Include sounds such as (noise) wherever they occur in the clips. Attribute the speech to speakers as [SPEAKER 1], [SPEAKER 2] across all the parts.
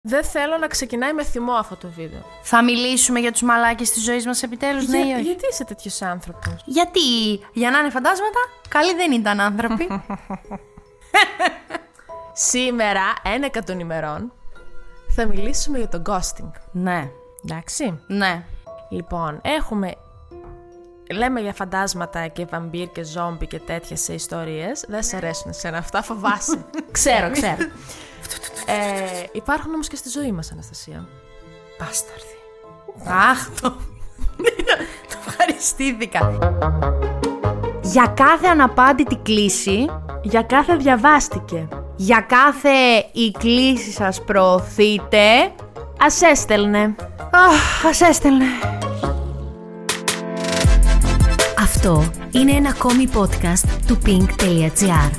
[SPEAKER 1] Δεν θέλω να ξεκινάει με θυμό αυτό το βίντεο.
[SPEAKER 2] Θα μιλήσουμε για τους μαλάκες της ζωής μας επιτέλους, ναι ή
[SPEAKER 1] Για-
[SPEAKER 2] όχι.
[SPEAKER 1] γιατί είσαι τέτοιος άνθρωπος.
[SPEAKER 2] Γιατί για να είναι φαντάσματα, καλοί δεν ήταν άνθρωποι.
[SPEAKER 1] Σήμερα, ένα εκατ των ημερών, θα μιλήσουμε για το ghosting.
[SPEAKER 2] (laughs) ναι,
[SPEAKER 1] Εντάξει.
[SPEAKER 2] ναι.
[SPEAKER 1] Λοιπόν, έχουμε. Λέμε για φαντάσματα και βαμπύρ και ζόμπι και τέτοια σε ιστορίες. Δεν
[SPEAKER 2] Ναι.
[SPEAKER 1] σε αρέσουν εσένα αυτά,
[SPEAKER 2] (laughs)
[SPEAKER 1] φοβάσαι. ξέρω, ξέρω. ε, υπάρχουν όμως και στη ζωή μας, Αναστασία.
[SPEAKER 2] Μπάσταρδι. Αχ, το... το ευχαριστήθηκα. Για κάθε αναπάντητη κλίση,
[SPEAKER 1] Για κάθε διαβάστηκε.
[SPEAKER 2] για κάθε η κλίση σας προωθείτε,
[SPEAKER 1] Ας έστελνε.
[SPEAKER 2] αχ, ας έστελνε.
[SPEAKER 3] Αυτό είναι ένα ακόμη podcast του pink.gr.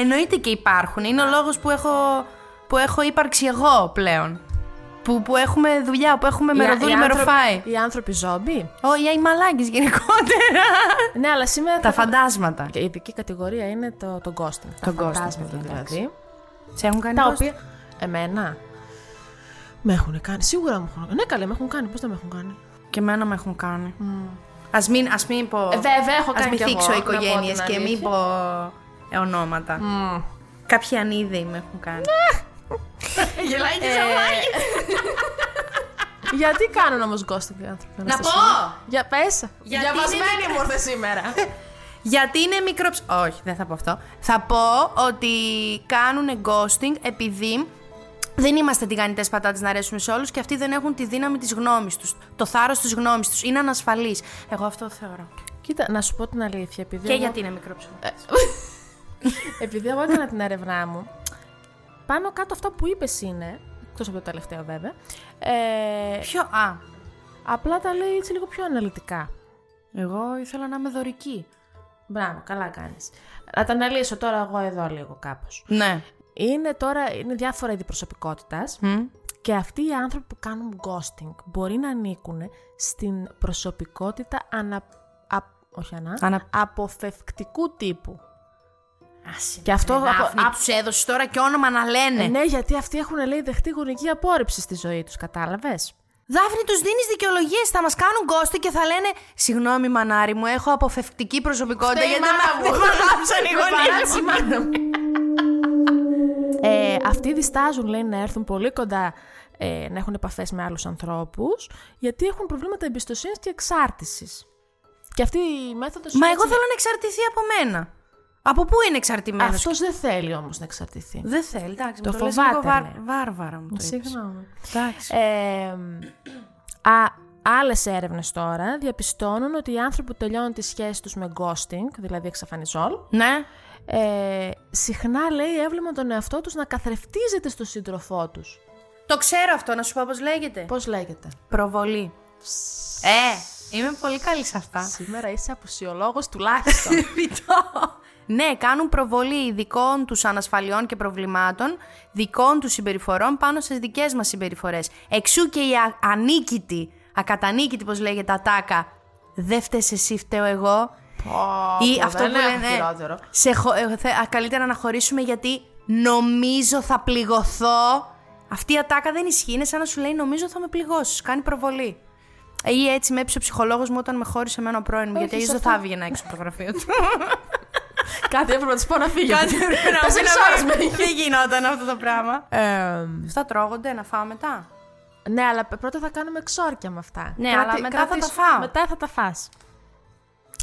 [SPEAKER 2] Εννοείται και υπάρχουν. Είναι ο λόγος που έχω, που έχω ύπαρξη εγώ πλέον. Που, που έχουμε δουλειά, που έχουμε μεροδούλη, μεροφάι.
[SPEAKER 1] Οι άνθρωποι ζόμπι.
[SPEAKER 2] Όχι, οι μαλάκες
[SPEAKER 1] (laughs)
[SPEAKER 2] γενικότερα.
[SPEAKER 1] Ναι, αλλά σήμερα.
[SPEAKER 2] Τα
[SPEAKER 1] θα-
[SPEAKER 2] φαντάσματα.
[SPEAKER 1] Η ειδική κατηγορία είναι το, το ghosting.
[SPEAKER 2] Το ghosting,
[SPEAKER 1] φαντάσματα
[SPEAKER 2] παιδιά,
[SPEAKER 1] δηλαδή.
[SPEAKER 2] Σε έχουν κάνει
[SPEAKER 1] Τα
[SPEAKER 2] ghosting?
[SPEAKER 1] οποία. Εμένα. Με έχουν κάνει. Σίγουρα μου έχουν. Ναι, καλά, με έχουν κάνει. Πώς δεν με έχουν κάνει.
[SPEAKER 2] Και εμένα με έχουν κάνει. Ας μην, ας μην πω.
[SPEAKER 1] Ε, βέβαια, έχω
[SPEAKER 2] ας
[SPEAKER 1] κάνει
[SPEAKER 2] μην
[SPEAKER 1] κι εγώ,
[SPEAKER 2] θίξω
[SPEAKER 1] να πω την
[SPEAKER 2] οικογένειε και μην
[SPEAKER 1] αλήθεια.
[SPEAKER 2] πω ε, ονόματα. Κάποιοι ανίδεοι με έχουν κάνει. Γελάει και
[SPEAKER 1] Ε, (laughs) Γιατί κάνουν όμως ghosting οι άνθρωποι.
[SPEAKER 2] Να πω!
[SPEAKER 1] Αναστασία? Για πες.
[SPEAKER 2] Γιατί
[SPEAKER 1] Διαβασμένη
[SPEAKER 2] είναι-
[SPEAKER 1] μου ήρθες σήμερα. (laughs)
[SPEAKER 2] Γιατί είναι μικροψ... Όχι, δεν θα πω αυτό. Θα πω ότι κάνουν ghosting επειδή δεν είμαστε τηγανιτές πατάτες να αρέσουμε σε όλους και αυτοί δεν έχουν τη δύναμη της γνώμης τους. Το θάρρος της γνώμης τους. Είναι ανασφαλεί. Εγώ αυτό θεωρώ.
[SPEAKER 1] Κοίτα, να σου πω την αλήθεια. Επειδή
[SPEAKER 2] Και Ε,
[SPEAKER 1] εγώ- Ε,
[SPEAKER 2] γιατί είναι μικροψ.
[SPEAKER 1] (laughs) Επειδή εγώ έκανα την έρευνά μου, πάνω κάτω αυτά που είπες είναι. Εκτός από το τελευταίο βέβαια. Ε,
[SPEAKER 2] Ποιο. Α.
[SPEAKER 1] απλά τα λέει έτσι λίγο πιο αναλυτικά.
[SPEAKER 2] Εγώ ήθελα να είμαι δωρική.
[SPEAKER 1] Μπράβο, καλά κάνεις. Να τα αναλύσω τώρα εγώ εδώ λίγο κάπως.
[SPEAKER 2] Ναι.
[SPEAKER 1] Είναι τώρα είναι διάφορα είδη προσωπικότητας και αυτοί οι άνθρωποι που κάνουν ghosting μπορεί να ανήκουν στην προσωπικότητα ανα, α, όχι ανά,
[SPEAKER 2] Ανα-
[SPEAKER 1] αποφευκτικού τύπου.
[SPEAKER 2] Άσε,
[SPEAKER 1] Και αυτό
[SPEAKER 2] ρε,
[SPEAKER 1] από-
[SPEAKER 2] Δάφνη,
[SPEAKER 1] απ-
[SPEAKER 2] τους έδωσες τώρα και όνομα να λένε.
[SPEAKER 1] Ναι, γιατί αυτοί έχουν λέει δεχτεί γονική απόρριψη στη ζωή τους, κατάλαβες.
[SPEAKER 2] Δάφνη, τους δίνεις δικαιολογίες. Θα μας κάνουν γκόστη και θα λένε Συγγνώμη, μανάρι μου, έχω αποφευκτική προσωπικότητα.
[SPEAKER 1] Φταίει η
[SPEAKER 2] γιατί (laughs)
[SPEAKER 1] μάνα (laughs)
[SPEAKER 2] με-
[SPEAKER 1] μου.
[SPEAKER 2] με αγάπησαν οι
[SPEAKER 1] Με
[SPEAKER 2] γονείς
[SPEAKER 1] παράτησε η
[SPEAKER 2] μου».
[SPEAKER 1] μάνα μου. Ε, αυτοί διστάζουν, λέει, να έρθουν πολύ κοντά ε, να έχουν επαφές με άλλους ανθρώπους, γιατί έχουν προβλήματα εμπιστοσύνης και εξάρτησης. Και αυτή η μέθοδος.
[SPEAKER 2] Μα εγώ θέλω να εξαρτηθεί από μένα. Από πού είναι εξαρτημένος.
[SPEAKER 1] Αυτός δεν θέλει όμως να εξαρτηθεί.
[SPEAKER 2] Δεν θέλει, εντάξει.
[SPEAKER 1] Το
[SPEAKER 2] μου λες
[SPEAKER 1] φοβάται,
[SPEAKER 2] λίγο
[SPEAKER 1] ναι.
[SPEAKER 2] Βάρ... Βάρβαρα μου το είπες.
[SPEAKER 1] Συγγνώμη.
[SPEAKER 2] Εντάξει.
[SPEAKER 1] Ε, α, άλλες έρευνες τώρα διαπιστώνουν ότι οι άνθρωποι που τελειώνουν τη σχέση τους με ghosting, δηλαδή εξαφανιζόλ,
[SPEAKER 2] Ναι.
[SPEAKER 1] ε, συχνά λέει έβλεπαν τον εαυτό τους να καθρεφτίζεται στο σύντροφό τους.
[SPEAKER 2] Το ξέρω αυτό, να σου πω πώς λέγεται.
[SPEAKER 1] Πώς λέγεται.
[SPEAKER 2] Προβολή. Ε, είμαι πολύ καλή σε αυτά.
[SPEAKER 1] Σήμερα είσαι απουσιολόγος τουλάχιστον.
[SPEAKER 2] Ναι, κάνουν προβολή δικών τους ανασφαλιών και προβλημάτων, δικών τους συμπεριφορών πάνω στις δικές μας συμπεριφορές. Εξού και η α- ανίκητη, ακατανίκητη πως λέγεται ατάκα, δεν φταίς εσύ φταίω εγώ.
[SPEAKER 1] (laughs) πω, δεν έχω χειρότερο.
[SPEAKER 2] σε χω- ε, θε- α, καλύτερα να χωρίσουμε γιατί νομίζω θα πληγωθώ. Αυτή η ατάκα δεν ισχύει, είναι σαν να σου λέει νομίζω θα με πληγώσεις, κάνει προβολή. Ε, Ή έτσι με έπεισε ο ψυχολόγος μου όταν με χώρισε εμένα ο πρώην μου, γιατί
[SPEAKER 1] σε
[SPEAKER 2] αλλιώς δεν
[SPEAKER 1] αυτό-
[SPEAKER 2] θα έβγαινα έξω από το γραφείο του.
[SPEAKER 1] Κάτι έπρεπε να τους πω να φύγει.
[SPEAKER 2] Κάτι
[SPEAKER 1] (laughs)
[SPEAKER 2] έπρεπε να
[SPEAKER 1] Τέσσερις ώρες με είχε.
[SPEAKER 2] Δεν γινόταν αυτό το πράγμα.
[SPEAKER 1] Ε,
[SPEAKER 2] Αυτά τρώγονται, να φάω μετά.
[SPEAKER 1] ναι, αλλά πρώτα θα κάνουμε εξόρκια με αυτά.
[SPEAKER 2] Ναι, αλλά μετά θα τα
[SPEAKER 1] κρατήσου-
[SPEAKER 2] φάω.
[SPEAKER 1] Μετά θα τα φας.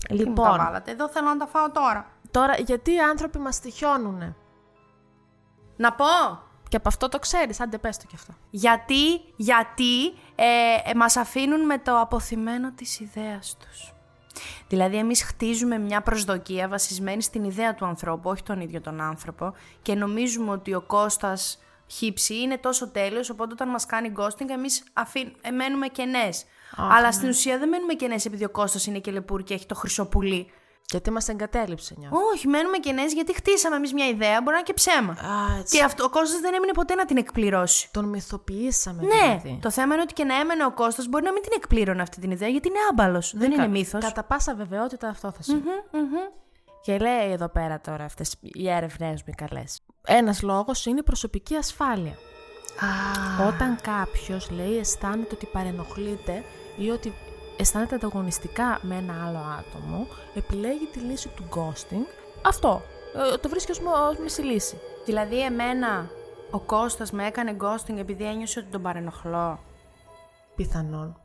[SPEAKER 2] Λοιπόν. Τα
[SPEAKER 1] Λοιπόν,
[SPEAKER 2] βάλατε. Εδώ θέλω να τα φάω τώρα.
[SPEAKER 1] τώρα γιατί οι άνθρωποι μας τυχιώνουνε.
[SPEAKER 2] Να πω.
[SPEAKER 1] Και από αυτό το ξέρεις, άντε πες το κι αυτό.
[SPEAKER 2] Γιατί, γιατί ε, ε, μας αφήνουν με το αποθυμένο της ιδέας τους. Δηλαδή εμείς χτίζουμε μια προσδοκία βασισμένη στην ιδέα του ανθρώπου, όχι τον ίδιο τον άνθρωπο και νομίζουμε ότι ο Κώστας χύψη είναι τόσο τέλειος, οπότε όταν μας κάνει ghosting εμείς αφή... ε, μένουμε κενές. Αλλά στην ουσία δεν μένουμε κενές επειδή ο Κώστας είναι κελεπούρ και έχει το χρυσό πουλί.
[SPEAKER 1] Γιατί μας εγκατέλειψε νιώθω.
[SPEAKER 2] Όχι, μένουμε κενές γιατί χτίσαμε εμείς μια ιδέα, μπορεί να είναι και ψέμα.
[SPEAKER 1] Α, έτσι.
[SPEAKER 2] Και αυτό, ο Κώστας δεν έμεινε ποτέ να την εκπληρώσει.
[SPEAKER 1] Τον μυθοποιήσαμε
[SPEAKER 2] Ναι,
[SPEAKER 1] δηλαδή.
[SPEAKER 2] το θέμα είναι ότι και να έμενε ο Κώστας μπορεί να μην την Ε, εκπλήρωνε αυτή την ιδέα γιατί είναι άμπαλος. Δεν είναι μύθος.
[SPEAKER 1] Κατά πάσα βεβαιότητα αυτό θα συμβεί. Και λέει εδώ πέρα τώρα αυτές οι έρευνές μου οι καλές. Ένας λόγος είναι η προσωπική ασφάλεια.
[SPEAKER 2] Α,
[SPEAKER 1] Όταν κάποιος λέει αισθάνεται ότι παρενοχλείται ή ότι αισθάνεται ανταγωνιστικά με ένα άλλο άτομο, επιλέγει τη λύση του ghosting. Αυτό. Ε, το βρίσκει ως, μο- ως μισή λύση.
[SPEAKER 2] Δηλαδή εμένα ο Κώστας με έκανε ghosting επειδή ένιωσε ότι τον παρενοχλώ.
[SPEAKER 1] Πιθανόν.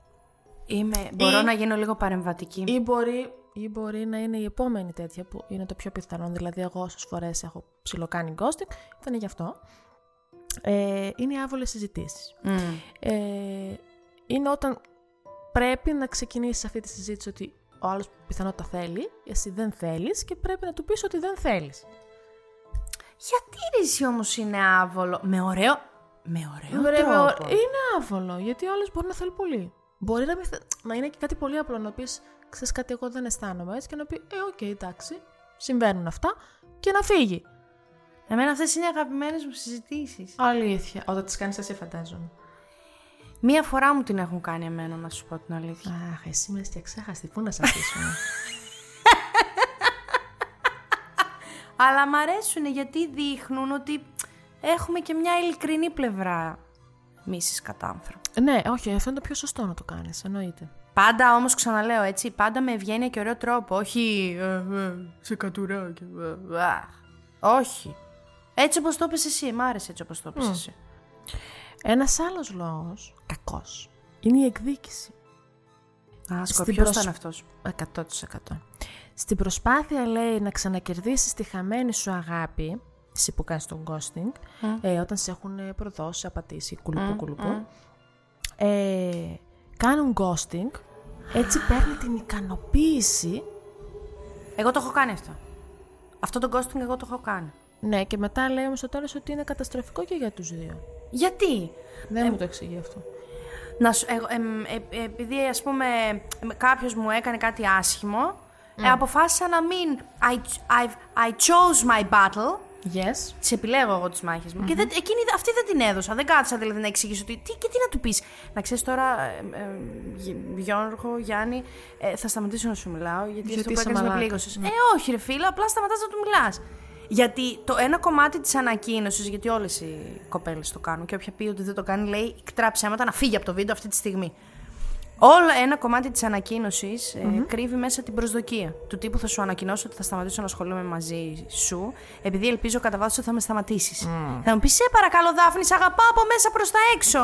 [SPEAKER 2] Είμαι, μπορώ
[SPEAKER 1] Ή-
[SPEAKER 2] να γίνω λίγο παρεμβατική.
[SPEAKER 1] Ή μπορεί, ή μπορεί να είναι η επόμενη τέτοια που είναι το πιο πιθανό. Δηλαδή, εγώ όσες φορές έχω ψιλοκάνει ghosting, ήταν γι' αυτό. Ε, είναι οι άβολες συζητήσεις.
[SPEAKER 2] Μμ.
[SPEAKER 1] Ε, είναι όταν πρέπει να ξεκινήσεις αυτή τη συζήτηση ότι ο άλλος πιθανότητα θέλει, εσύ δεν θέλεις και πρέπει να του πεις ότι δεν θέλεις.
[SPEAKER 2] Γιατί ρε εσύ όμως είναι άβολο. Με ωραίο. Με ε, ωραίο τρόπο.
[SPEAKER 1] Είναι άβολο, γιατί ο άλλος μπορεί να θέλει πολύ. Μπορεί να, μην θε- να είναι και κάτι πολύ απλό, να πεις ξέρεις κάτι, εγώ δεν αισθάνομαι έτσι και να πει Ε, οκ, εντάξει, συμβαίνουν αυτά και να φύγει.
[SPEAKER 2] Εμένα αυτές είναι οι αγαπημένες μου συζητήσεις.
[SPEAKER 1] Αλήθεια. Όταν τις κάνεις, εσύ φαντάζομαι.
[SPEAKER 2] Μία φορά μου την έχουν κάνει εμένα, να σου πω την αλήθεια.
[SPEAKER 1] Αχ, εσύ με και ξέχαστη. Πού να σε αφήσουμε.
[SPEAKER 2] Αλλά μ' αρέσουν γιατί δείχνουν ότι έχουμε και μια ειλικρινή πλευρά μίσης κατά άνθρωπου.
[SPEAKER 1] (laughs) ναι, όχι, αυτό είναι το πιο σωστό να το κάνεις. Εννοείται.
[SPEAKER 2] Πάντα όμως ξαναλέω έτσι, πάντα με ευγένεια και ωραίο τρόπο, όχι ε, ε, σε κατουρά και ε, ε, αχ». Όχι. Έτσι όπως το είπες εσύ, μ' άρεσε έτσι όπως το είπες εσύ.
[SPEAKER 1] Ένας άλλος λόγος, κακός, είναι η εκδίκηση.
[SPEAKER 2] Α,
[SPEAKER 1] Στην
[SPEAKER 2] σκορπιός
[SPEAKER 1] προσ-
[SPEAKER 2] ήταν αυτός.
[SPEAKER 1] 100%. Στην προσπάθεια, λέει, να ξανακερδίσεις τη χαμένη σου αγάπη, εσύ που κάνεις τον ghosting, ε, όταν σε έχουν ε, προδώσει, απατήσει, κουλουπού, κουλουπού, ε, κάνουν ghosting, έτσι παίρνει την ικανοποίηση,
[SPEAKER 2] Εγώ το έχω κάνει αυτό. Αυτό το ghosting εγώ το έχω κάνει.
[SPEAKER 1] ναι, και μετά λέει όμως στο τέλος ότι είναι καταστροφικό και για τους δύο.
[SPEAKER 2] Γιατί,
[SPEAKER 1] Δεν μου το εξηγεί αυτό.
[SPEAKER 2] να σου, εγώ, εμ, ε, επειδή ας πούμε εμ, κάποιος μου έκανε κάτι άσχημο, ε, αποφάσισα να μην... I, I've, I chose my battle.
[SPEAKER 1] Yes.
[SPEAKER 2] Τις επιλέγω εγώ τις μάχες μου. Και δεν, εκείνη, αυτή δεν την έδωσα. Δεν κάθισα δηλαδή να εξηγήσω τι, τι και τι να του πεις. Να ξέρεις τώρα, ε, ε, Γι- Γιώργο, Γιάννη, ε, θα σταματήσω να σου μιλάω γιατί,
[SPEAKER 1] Γιατί
[SPEAKER 2] αυτό που
[SPEAKER 1] είσαι
[SPEAKER 2] έκανες με
[SPEAKER 1] μαλάκα.
[SPEAKER 2] πλήγωσες. Ε, όχι ρε φίλε, απλά σταματάς να του μιλάς. Γιατί το ένα κομμάτι της ανακοίνωσης, γιατί όλες οι κοπέλες το κάνουν και όποια πει ότι δεν το κάνει λέει κτρά ψέματα να φύγει από το βίντεο αυτή τη στιγμή. Όλο ένα κομμάτι της ανακοινωσης κρύβει μέσα την προσδοκία. Του τύπου θα σου ανακοινώσω ότι θα σταματήσω να ασχολούμαι μαζί σου, επειδή ελπίζω κατά βάθος ότι θα με σταματήσεις. Θα μου πεις, σε παρακαλώ Δάφνη, σ' αγαπάω από μέσα προς τα έξω.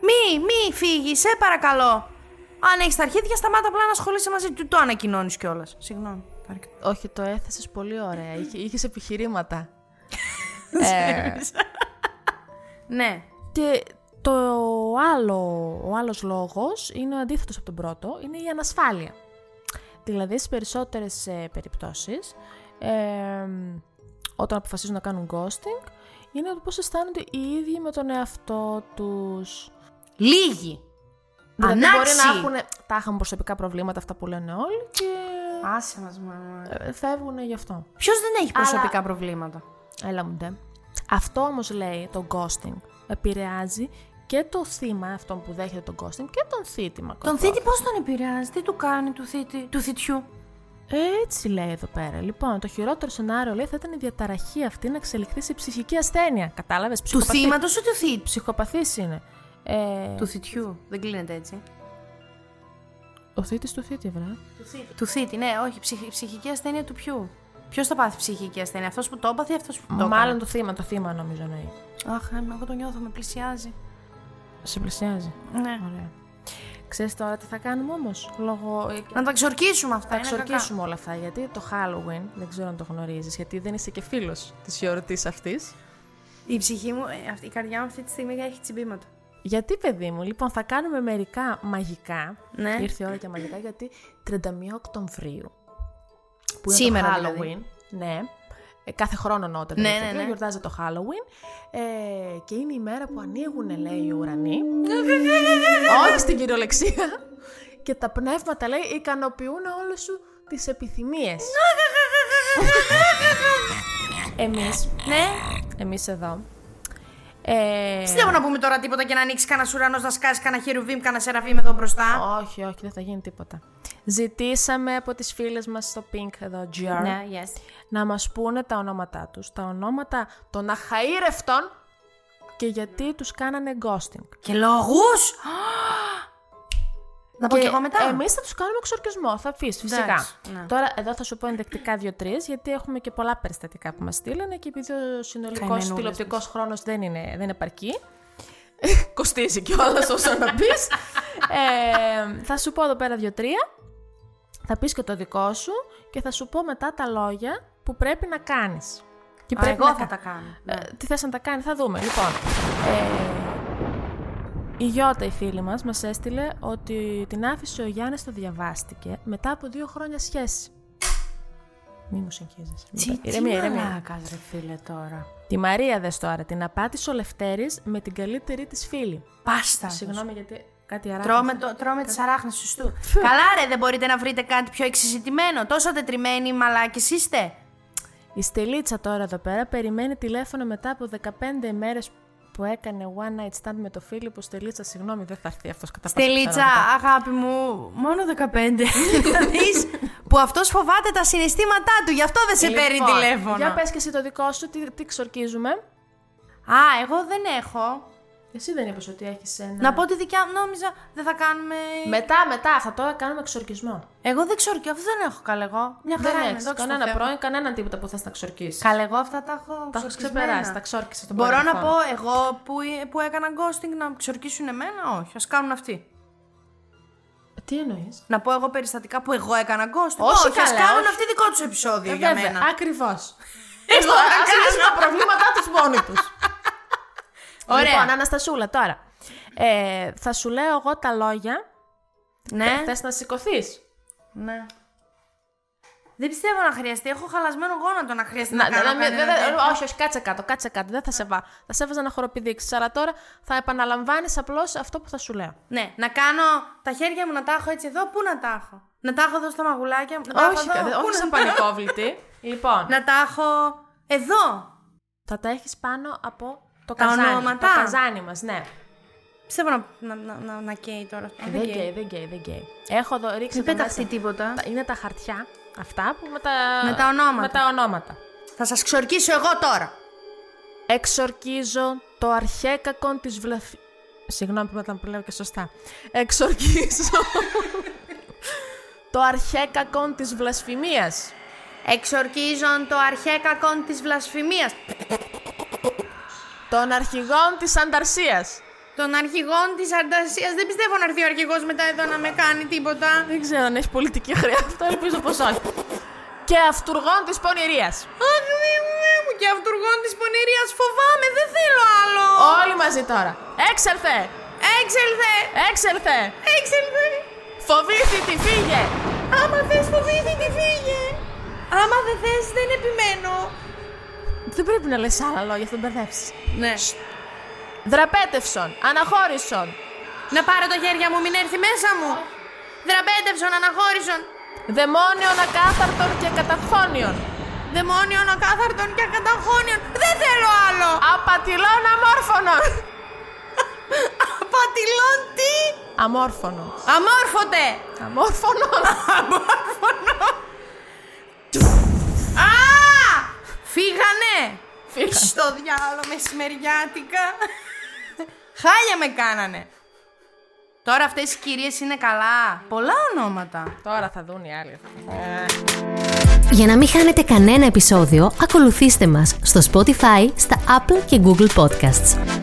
[SPEAKER 2] Μη, μη φύγει, σε παρακαλώ. Αν έχεις τα αρχίδια, σταμάτα απλά να ασχολείσαι μαζί του. Το ανακοινώνεις κιόλας. Συγγνώμη. παρακαλώ.
[SPEAKER 1] Όχι, το έθεσες πολύ ωραία. Είχε, είχες επιχειρήματα.
[SPEAKER 2] Ναι.
[SPEAKER 1] Και το άλλο, ο άλλος λόγος είναι ο αντίθετος από τον πρώτο, είναι η ανασφάλεια. Δηλαδή, στις περισσότερες ε, περιπτώσεις, ε, όταν αποφασίζουν να κάνουν ghosting, είναι το πώς αισθάνονται οι ίδιοι με τον εαυτό τους.
[SPEAKER 2] Λίγοι.
[SPEAKER 1] Δηλαδή,
[SPEAKER 2] Ανάξιοι.
[SPEAKER 1] μπορεί να έχουν τα είχαμε προσωπικά προβλήματα, αυτά που λένε όλοι, και
[SPEAKER 2] Άσε μας, μαμά.
[SPEAKER 1] ε, φεύγουν γι' αυτό.
[SPEAKER 2] Ποιος δεν έχει προσωπικά προβλήματα.
[SPEAKER 1] Έλα μου ντε. Αυτό όμως λέει το ghosting επηρεάζει και το θύμα αυτόν που δέχεται το ghosting και τον θύτημα.
[SPEAKER 2] Τον θήτη πώς τον επηρεάζει, τι του κάνει του, θήτη, του θητιού.
[SPEAKER 1] Έτσι λέει εδώ πέρα. Λοιπόν, το χειρότερο σενάριο λέει θα ήταν η διαταραχή αυτή να εξελιχθεί σε ψυχική ασθένεια. Κατάλαβες,
[SPEAKER 2] Του
[SPEAKER 1] ψυχοπαθή.
[SPEAKER 2] θύματος ή του θήτη.
[SPEAKER 1] Ψυχοπαθής είναι. Ε,
[SPEAKER 2] Του θητιού. Δεν κλείνεται έτσι.
[SPEAKER 1] Ο θήτης του θήτη, βρε.
[SPEAKER 2] Του θήτη, ναι, όχι. ψυχ- ψυχική ασθένεια του ποιου. Ποιος θα πάθει ψυχική ασθένεια, αυτός που το έπαθε ή αυτός που το
[SPEAKER 1] Μάλλον το θύμα, το θύμα νομίζω εννοεί.
[SPEAKER 2] έκανε? Αχ, εμ, εγώ το νιώθω, με πλησιάζει.
[SPEAKER 1] Σε πλησιάζει.
[SPEAKER 2] Ναι.
[SPEAKER 1] Ωραία. Ξέρεις τώρα τι θα κάνουμε όμως. Λόγω. ε,
[SPEAKER 2] Να τα ξορκίσουμε αυτά.
[SPEAKER 1] Θα
[SPEAKER 2] είναι κακά.
[SPEAKER 1] ξορκίσουμε όλα αυτά γιατί το Halloween, δεν ξέρω αν το γνωρίζεις, γιατί δεν είσαι και φίλος της γιορτής αυτής.
[SPEAKER 2] Η ψυχή μου, ε, αυτή- η καρδιά μου αυτή τη στιγμή έχει τσιμπήματα.
[SPEAKER 1] Γιατί, παιδί μου, λοιπόν, θα κάνουμε μερικά μαγικά.
[SPEAKER 2] Ναι.
[SPEAKER 1] Ήρθε η ώρα για μαγικά γιατί 31 Οκτωβρίου. Που είναι
[SPEAKER 2] Σήμερα,
[SPEAKER 1] το Halloween.
[SPEAKER 2] δηλαδή.
[SPEAKER 1] Ναι. Ε, κάθε χρόνο νότε.
[SPEAKER 2] Ναι,
[SPEAKER 1] δηλαδή,
[SPEAKER 2] ναι, ναι.
[SPEAKER 1] Γιορτάζει το Halloween. Ε, και είναι η μέρα που ανοίγουν, λέει, οι ουρανοί. Όχι στην κυριολεξία. Και τα πνεύματα, λέει, ικανοποιούν όλες σου τις
[SPEAKER 2] (laughs)
[SPEAKER 1] επιθυμίες. εμείς,
[SPEAKER 2] Ναι.
[SPEAKER 1] εμείς εδώ. Ε,
[SPEAKER 2] Δεν μπορώ να πούμε τώρα τίποτα και να ανοίξεις κανένας ουρανός, να σκάσεις κανένα χερουβίμ, κανένα σεραφίμ εδώ μπροστά.
[SPEAKER 1] όχι, όχι, δεν θα γίνει τίποτα. Ζητήσαμε από τις φίλες μας στο Pink εδώ, GR,
[SPEAKER 2] Ναι, yes.
[SPEAKER 1] να μας πούνε τα ονόματά τους, τα ονόματα των αχαήρευτων και γιατί τους κάνανε ghosting.
[SPEAKER 2] Και λόγους! Να πω και εγώ μετά.
[SPEAKER 1] Εμείς θα τους κάνουμε εξορκισμό, θα πει φυσικά.
[SPEAKER 2] Εντάξει, ναι.
[SPEAKER 1] Τώρα, εδώ θα σου πω ενδεικτικά δύο-τρει, γιατί έχουμε και πολλά περιστατικά που μας στείλανε και επειδή ο συνολικός
[SPEAKER 2] Καημένούλες
[SPEAKER 1] τηλεοπτικό χρόνος δεν είναι, δεν
[SPEAKER 2] (laughs)
[SPEAKER 1] επαρκεί. Κοστίζει κιόλας όσο να πεις. ε, θα σου πω εδώ πέρα δύο-τρία. Θα πεις και το δικό σου και θα σου πω μετά τα λόγια που πρέπει να κάνεις. Και
[SPEAKER 2] Α, εγώ θα
[SPEAKER 1] κα-
[SPEAKER 2] τα κάνω.
[SPEAKER 1] ε, τι θες να τα κάνει, θα δούμε. Λοιπόν, ε, η Γιώτα η φίλη μας μας έστειλε ότι την άφησε ο Γιάννης το διαβάστηκε μετά από δύο χρόνια σχέση. Μη μου συγχύζεσαι.
[SPEAKER 2] Τι, τι
[SPEAKER 1] Ηρεμία, ηρεμία.
[SPEAKER 2] μαλάκας ρε φίλε τώρα.
[SPEAKER 1] Τη Μαρία δες τώρα, την απάτησε ο Λευτέρης με την καλύτερη της φίλη.
[SPEAKER 2] Πάστας.
[SPEAKER 1] Συγγνώμη γιατί κάτι αράπησα.
[SPEAKER 2] Τρώμε, το, τρώμε τις αράχνες σωστού. Καλά ρε, δεν μπορείτε να βρείτε κάτι πιο εξισυντημένο. Τόσο τετριμένοι μαλάκες είστε.
[SPEAKER 1] Η Στελίτσα τώρα εδώ πέρα περιμένει τηλέφωνο μετά από 15 ημέρες που έκανε one night stand με το Φίλιππο. Στελίτσα, συγγνώμη, δεν θα έρθει αυτός κατά πάσα
[SPEAKER 2] Τελίτσα,
[SPEAKER 1] πιθανότητα.
[SPEAKER 2] αγάπη μου, μόνο 15. Θα δεις που αυτός φοβάται τα συναισθήματά του, γι' αυτό δεν σε παίρνει
[SPEAKER 1] Λοιπόν,
[SPEAKER 2] τηλέφωνο.
[SPEAKER 1] Για πες και εσύ το δικό σου, τι, τι ξορκίζουμε.
[SPEAKER 2] Α, εγώ δεν έχω.
[SPEAKER 1] Εσύ δεν είπες ότι έχεις ένα...
[SPEAKER 2] Να πω τη δικιά μου, νόμιζα δεν θα κάνουμε.
[SPEAKER 1] Μετά, μετά, θα το κάνουμε εξορκισμό.
[SPEAKER 2] Εγώ δεν ξέρω και αυτό δεν έχω καλεγό. Μια χαρά
[SPEAKER 1] Δεν
[SPEAKER 2] είναι,
[SPEAKER 1] έχεις
[SPEAKER 2] δόξα τω
[SPEAKER 1] κανένα
[SPEAKER 2] Θεώ.
[SPEAKER 1] πρώην, κανέναν τίποτα που θες να ξορκίσεις.
[SPEAKER 2] Καλεγό αυτά τα έχω
[SPEAKER 1] Τα έχεις
[SPEAKER 2] ξορκισμένα.
[SPEAKER 1] ξεπεράσει, τα ξόρκισες τον
[SPEAKER 2] Μπορώ να
[SPEAKER 1] παρελθόν.
[SPEAKER 2] πω εγώ που, που έκανα ghosting να ξορκίσουν εμένα, όχι, ας κάνουν αυτοί.
[SPEAKER 1] Τι εννοείς.
[SPEAKER 2] Να πω εγώ περιστατικά που εγώ έκανα ghosting.
[SPEAKER 1] Όχι,
[SPEAKER 2] όχι ας
[SPEAKER 1] καλά,
[SPEAKER 2] κάνουν
[SPEAKER 1] όχι. Ε,
[SPEAKER 2] αυτοί δικό τους επεισόδιο Ε, για μένα.
[SPEAKER 1] (laughs) ακριβώς. Εγώ ας λύσουν τα προβλήματά τους μόνοι (laughs) τους.
[SPEAKER 2] Ωραία.
[SPEAKER 1] Λοιπόν, Αναστασούλα, τώρα. Ε, θα σου λέω εγώ τα λόγια.
[SPEAKER 2] ναι.
[SPEAKER 1] Θες να σηκωθείς.
[SPEAKER 2] Ναι. Δεν πιστεύω να χρειαστεί. Έχω χαλασμένο γόνατο να χρειαστεί να,
[SPEAKER 1] Να,
[SPEAKER 2] κάνω
[SPEAKER 1] να- να-
[SPEAKER 2] κανένα
[SPEAKER 1] δε- δε-
[SPEAKER 2] τέτοιο.
[SPEAKER 1] όχι, όχι, κάτσε κάτω, κάτσε κάτω. Δεν θα σε βά. Θα σε έβαζα να χοροπηδήξεις. Αλλά τώρα θα επαναλαμβάνεις απλώς αυτό που θα σου λέω.
[SPEAKER 2] Ναι, να κάνω τα χέρια μου να τα έχω έτσι εδώ. Πού να τα έχω. Να τα έχω εδώ στα μαγουλάκια μου. Να τα
[SPEAKER 1] Όχι,
[SPEAKER 2] έχω εδώ.
[SPEAKER 1] κα-
[SPEAKER 2] Πού
[SPEAKER 1] όχι
[SPEAKER 2] να
[SPEAKER 1] σαν
[SPEAKER 2] τα έχω? (laughs)
[SPEAKER 1] πανικόβλητη. λοιπόν,
[SPEAKER 2] Να τα έχω εδώ.
[SPEAKER 1] θα τα έχεις πάνω από το
[SPEAKER 2] Τα
[SPEAKER 1] καζάνι.
[SPEAKER 2] ονόματα.
[SPEAKER 1] Το καζάνι μας, ναι.
[SPEAKER 2] Πιστεύω να, να, να, να, να καίει τώρα. Α,
[SPEAKER 1] δεν καίει, δεν καίει, δεν καίει. Έχω εδώ ρίξει.
[SPEAKER 2] Μην πεταχτεί τίποτα.
[SPEAKER 1] Είναι τα χαρτιά αυτά που με τα,
[SPEAKER 2] Με τα ονόματα.
[SPEAKER 1] με τα ονόματα.
[SPEAKER 2] Θα σας ξορκίσω εγώ τώρα.
[SPEAKER 1] Εξορκίζω το αρχέκακον της βλαφή... Συγγνώμη που ήταν που λέω και σωστά. Εξορκίζω το αρχέκακον της βλασφημίας.
[SPEAKER 2] Εξορκίζον το αρχέκακον της βλασφημίας.
[SPEAKER 1] Των αρχηγών της ανταρσίας.
[SPEAKER 2] Των αρχηγών της αντασίας. Δεν πιστεύω να έρθει ο αρχηγός μετά εδώ να με κάνει τίποτα.
[SPEAKER 1] Δεν ξέρω αν έχει πολιτική χρειά αυτό, ελπίζω πως όχι. Και αυτουργών της πονηρίας.
[SPEAKER 2] Αχ, Θεέ μου, και αυτούργων της πονηρίας φοβάμαι, δεν θέλω άλλο.
[SPEAKER 1] Όλοι μαζί τώρα. Έξελθε!
[SPEAKER 2] Έξελθε,
[SPEAKER 1] Έξελθε!
[SPEAKER 2] έξελθε.
[SPEAKER 1] Φοβήθη τη φύγε!
[SPEAKER 2] Άμα θες φοβήθη τη φύγε. Άμα δεν θες δεν επιμένω.
[SPEAKER 1] Δεν πρέπει να λες άλλα λόγια, θα τον μπερδεύσεις.
[SPEAKER 2] Ναι.
[SPEAKER 1] Δραπέτευσον, αναχώρησον,
[SPEAKER 2] Να πάρω τα χέρια μου, μην έρθει μέσα μου. Δραπέτευσον, αναχώρησον.
[SPEAKER 1] δαιμόνιον ακάθαρτον και καταφθόνιον.
[SPEAKER 2] Δαιμόνιον ακάθαρτον και ακαταχώνιον. Δεν θέλω άλλο.
[SPEAKER 1] Απατηλών αμόρφωνων.
[SPEAKER 2] Απατηλών τι.
[SPEAKER 1] Αμόρφωνο.
[SPEAKER 2] Αμόρφωτε.
[SPEAKER 1] Αμόρφωνο.
[SPEAKER 2] Αμόρφωνο. Α! Φύγανε.
[SPEAKER 1] Φύγανε.
[SPEAKER 2] Στο διάλογο μεσημεριάτικα. Χάλια με κάνανε. Τώρα αυτές οι κυρίες είναι καλά. Πολλά ονόματα.
[SPEAKER 1] Τώρα θα δουν οι άλλοι. Ε,
[SPEAKER 3] Για να μην χάνετε κανένα επεισόδιο, ακολουθήστε μας στο Spotify, στα Apple και Google Podcasts.